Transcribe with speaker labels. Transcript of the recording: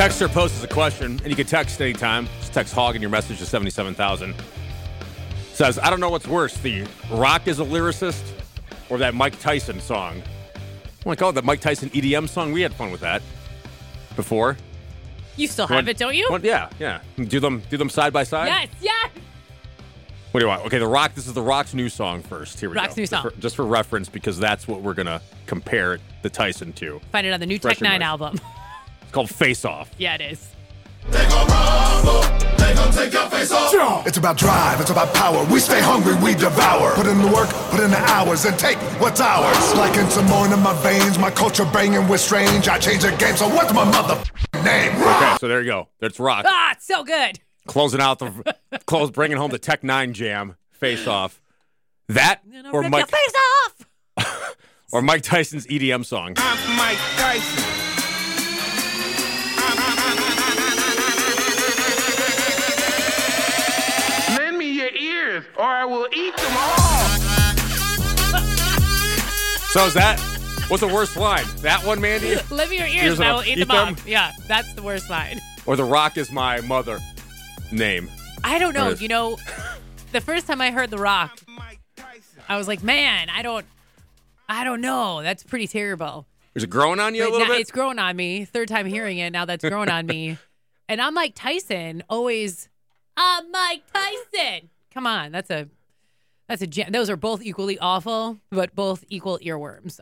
Speaker 1: Texter posts a question, and you can text anytime. Just text Hog in your message to 77,000. Says, I don't know what's worse, the Rock is a lyricist or that Mike Tyson song. I'm like, oh, the Mike Tyson EDM song. We had fun with that before.
Speaker 2: You still have it, don't you?
Speaker 1: Well, yeah, yeah. Do them, do them side by side.
Speaker 2: Yes, yes.
Speaker 1: What do you want? Okay, the Rock. This is the Rock's new song first. Here we
Speaker 2: Rock's
Speaker 1: go.
Speaker 2: new
Speaker 1: Just
Speaker 2: song.
Speaker 1: for- just for reference, because that's what we're gonna compare the Tyson to.
Speaker 2: Find it on the new
Speaker 1: Fresh
Speaker 2: Tech Nine
Speaker 1: Immerse.
Speaker 2: album.
Speaker 1: It's called Face Off.
Speaker 2: yeah, it is.
Speaker 3: It's about drive, it's about power. We stay hungry, we devour. Put in the work, put in the hours, and take what's ours. Like in some more in my veins, my culture banging with strange. I change the game, so what's my mother name?
Speaker 1: Okay, so there you go. That's Rock
Speaker 2: Ah, it's so good.
Speaker 1: closing out the close, bringing home the Tech Nine jam. Face Off. That
Speaker 2: You know,
Speaker 1: or
Speaker 2: rip your
Speaker 1: Mike
Speaker 2: face off.
Speaker 1: or Mike Tyson's EDM song.
Speaker 4: I'm Mike Tyson. Lend me your ears, or I will eat them all.
Speaker 1: So is that what's the worst line? That one, Mandy,
Speaker 2: Live your ears,
Speaker 1: Ears
Speaker 2: and I
Speaker 1: off.
Speaker 2: will eat
Speaker 1: Eat
Speaker 2: them up.
Speaker 1: them.
Speaker 2: Yeah, that's the worst line.
Speaker 1: or the Rock is my mother name.
Speaker 2: I don't know.
Speaker 1: That is-
Speaker 2: You know, the first time I heard The Rock,
Speaker 4: Mike Tyson.
Speaker 2: I was like, man, I don't, I don't know. That's pretty terrible.
Speaker 1: Is it growing on you a
Speaker 2: But
Speaker 1: little
Speaker 2: now
Speaker 1: bit?
Speaker 2: it's grown on me. Third time hearing it. Now that's grown on me. And I'm like Tyson, always. I'm Mike Tyson. Come on, that's a, that's a. jam- Those are both equally awful, but both equal earworms.